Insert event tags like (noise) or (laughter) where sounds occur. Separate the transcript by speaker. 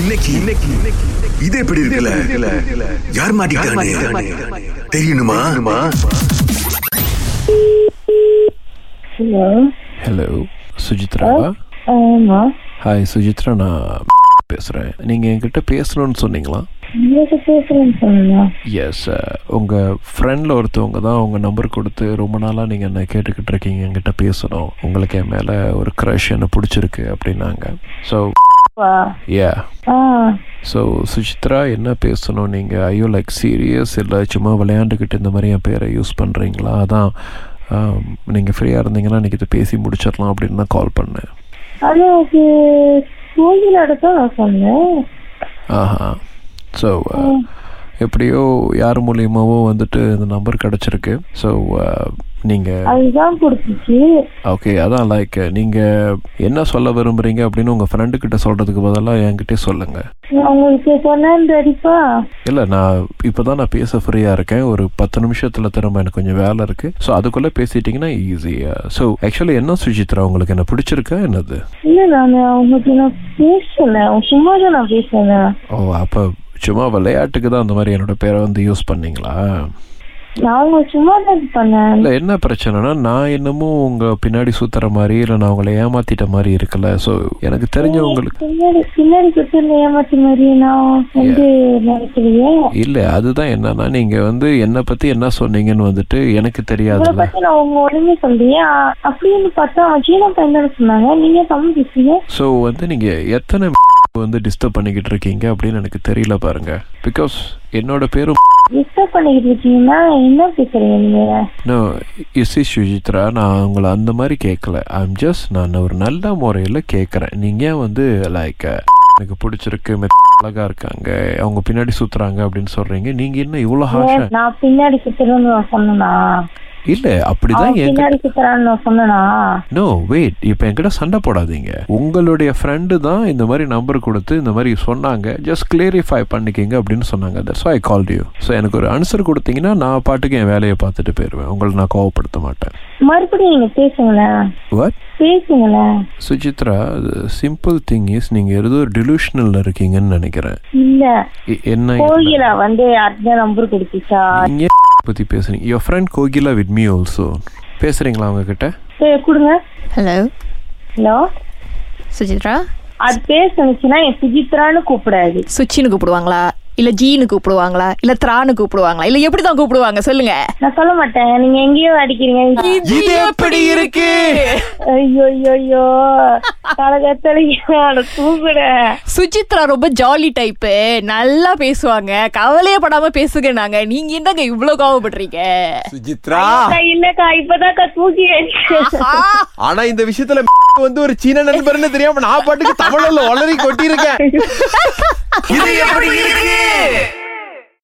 Speaker 1: இன்னைக்கு இன்னைக்கு இன்னைக்கு- இது எப்படி இருக்குல்ல யார் மாட்டிக்கிட்டானே தெரியணுமா
Speaker 2: ஹலோ
Speaker 3: ஹலோ சுஜித்ராவா
Speaker 2: ஆமா
Speaker 3: ஹாய் சுஜித்ரா நான் பேசுகிறேன் நீங்கள் என்கிட்ட பேசணும்னு சொன்னீங்களா
Speaker 2: உங்களுக்கு பேசுறேன்னு சொன்னா
Speaker 3: எஸ் உங்கள் ஃப்ரெண்டில் ஒருத்தவங்க தான் உங்கள் நம்பர் கொடுத்து ரொம்ப நாளாக நீங்கள் என்ன கேட்டுக்கிட்டு இருக்கீங்க என்கிட்ட பேசணும் உங்களுக்கு என் மேலே ஒரு க்ரஷ் என்ன பிடிச்சிருக்கு அப்படின்னாங்க ஸோ
Speaker 2: வா
Speaker 3: யா
Speaker 2: ஆ
Speaker 3: ஸோ சுஜித்ரா என்ன பேசணும் நீங்கள் ஐயோ லைக் சீரியஸ் இல்லை சும்மா விளையாண்டுக்கிட்டு இந்த மாதிரி என் பேரை யூஸ் பண்ணுறீங்களா அதான் நீங்கள் ஃப்ரீயாக இருந்தீங்கன்னா இன்றைக்கி இதை பேசி முடிச்சிடலாம் அப்படின்னு தான் கால் பண்ணேன்
Speaker 2: அது எனக்கு கோயிலோட தான் நான் சொன்னேன்
Speaker 3: ஆஹா ஸோ எப்படியோ யார் மூலியமாவோ வந்துட்டு இந்த நம்பர் கிடச்சிருக்கு ஸோ நீங்கள்
Speaker 2: அதுதான் கொடுத்துச்சு
Speaker 3: ஓகே uh, அதான் லைக் நீங்கள் என்ன சொல்ல விரும்புகிறீங்க அப்படின்னு உங்கள் ஃப்ரெண்டுக்கிட்ட சொல்கிறதுக்கு பதிலாக என்கிட்டே சொல்லுங்கள்
Speaker 2: நான் உங்களுக்கு சொன்னேன் தெரிப்பா
Speaker 3: இல்லை நான் இப்போ தான் நான் பேச ஃப்ரீயாக இருக்கேன் ஒரு பத்து நிமிஷத்தில் திரும்ப எனக்கு கொஞ்சம் வேலை இருக்குது ஸோ அதுக்குள்ளே பேசிட்டிங்கன்னா ஈஸியாக ஸோ ஆக்சுவலி என்ன சுஜித்ரா உங்களுக்கு என்ன பிடிச்சிருக்கா என்னது
Speaker 2: இல்ல நான் உங்களுக்கு நான் பேசல சும்மா தான் நான் பேசுனேன்
Speaker 3: ஓ அப்போ சும்மா விளையாட்டுக்கு தான் அந்த மாதிரி என்னோட பேரை வந்து யூஸ் பண்ணீங்களா
Speaker 2: நான் உங்களுக்கு சும்மா தான் பண்ணேன்
Speaker 3: இல்லை என்ன பிரச்சனைனா நான் என்னமோ உங்கள் பின்னாடி சுற்றுற மாதிரி இல்லை நான் உங்களை ஏமாத்திட்ட மாதிரி இருக்குல்ல ஸோ எனக்கு தெரிஞ்சவங்களுக்கு
Speaker 2: பின்னாடி பின்னாடி சுத்தின ஏமாத்தி மாதிரி நான் வந்து நினைக்கலையே
Speaker 3: இல்லை அதுதான் என்னன்னா நீங்கள் வந்து என்னை பற்றி என்ன சொன்னீங்கன்னு வந்துட்டு எனக்கு
Speaker 2: உங்களை
Speaker 3: தெரியாதுல்ல
Speaker 2: பத்தி நான் உங்க உடனே சொல்றீங்க ஆ- அப்படின்னு பார்த்தா அவன் சீனா பையனோட சொன்னாங்க நீங்க தமிழ் பேசுறீங்க
Speaker 3: ஸோ வந்து நீங்கள் எத்தனை (laughs) வந்து டிஸ்டர்ப் பண்ணிக்கிட்டு இருக்கீங்க அப்படின்னு எனக்கு தெரியல பாருங்க பிகாஸ் என்னோட பேரும்
Speaker 2: டிஸ்டர்ப் பண்ணிக்கிட்டு இருக்கீங்கன்னா என்ன பேசுறீங்க நீங்க
Speaker 3: இசி சுஜித்ரா நான் உங்களை அந்த மாதிரி கேட்கல ஐம் ஜஸ்ட் நான் ஒரு நல்ல முறையில் கேட்குறேன் நீங்கள் வந்து லைக் எனக்கு பிடிச்சிருக்கு மெத் அழகா இருக்காங்க அவங்க பின்னாடி சுத்துறாங்க அப்படின்னு சொல்றீங்க நீங்க என்ன இவ்வளோ ஹாஷா
Speaker 2: ஏன் நான் பின்னாடி சுத்துறேன்னு நான் சொன்னனா
Speaker 3: இல்ல அப்படிதான்
Speaker 2: அவன்
Speaker 3: என்
Speaker 2: பின்னாடி சுத்துறான்னு நான் சொன்னனா
Speaker 3: நோ வெயிட் இப்போ என்கிட்ட சண்டை போடாதீங்க உங்களுடைய ஃப்ரெண்டு தான் இந்த மாதிரி நம்பர் கொடுத்து இந்த மாதிரி சொன்னாங்க ஜஸ்ட் கிளியரிஃபை பண்ணிக்கிங்க அப்படின்னு சொன்னாங்க that's I call you so எனக்கு ஒரு ஆன்சர் கொடுத்தீங்கன்னா நான் பாட்டுக்கு என் வேலையை பார்த்துட்டு போயிடுவேன் உங்களை நான் கோவப்படுத்த மாட்டேன்
Speaker 2: மறுபடியும் நீங்க பேசுங்களேன்
Speaker 3: வாட்
Speaker 2: பேசுங்களேன்
Speaker 3: சுஜித்ரா சிம்பிள் திங் இஸ் நீங்கள் ஏதோ ஒரு டிலூஷனலில் இருக்கீங்கன்னு நினைக்கிறேன்
Speaker 2: இல்ல
Speaker 3: எ- என்ன
Speaker 2: கோகிலா வந்து அடுத்த நம்பர் கொடுத்துச்சா
Speaker 3: நீங்கள் பற்றி பேசுறீங்க your friend Kokila with me also பேசுகிறீங்களா அவங்கக்கிட்ட
Speaker 2: சரி கொடுங்க
Speaker 4: ஹலோ
Speaker 2: ஹலோ
Speaker 4: சுஜித்ரா
Speaker 2: அது பேர் சொன்னுச்சுன்னா என் சுஜித்ரான்னு கூப்பிடாது
Speaker 4: சுச்சின்னு கூப்பிடுவாங்களா இல்ல ஜீனு கூப்பிடுவாங்களா இல்ல த்ரான்னு கூப்பிடுவாங்களா இல்ல எப்படி தான் கூப்பிடுவாங்க சொல்லுங்க
Speaker 2: நான் சொல்ல மாட்டேன் நீங்க எங்கேயோ அடிக்கிறீங்க
Speaker 3: இது எப்படி இருக்கு
Speaker 2: ஐயோ ஐயோ ஐயோ கலகத்தலையோட தூங்குற
Speaker 4: சுஜித்ரா ரொம்ப ஜாலி டைப்பு நல்லா பேசுவாங்க கவலையே படாம பேசுங்க நாங்க நீங்க என்னங்க இவ்ளோ கோவப்படுறீங்க
Speaker 5: சுஜித்ரா
Speaker 2: அக்கா, இல்லக்கா இப்பதான்க்கா தூக்கி எழுந்திருச்சேன்.
Speaker 5: ஆனா இந்த விஷயத்துல (laughs) வந்து ஒரு சீன நண்பர்னு தெரியாம நான் பாட்டுக்கு தமிழ்ல ஒளறி கொட்டியிருக்கேன்
Speaker 1: இது எப்படி இருக்கு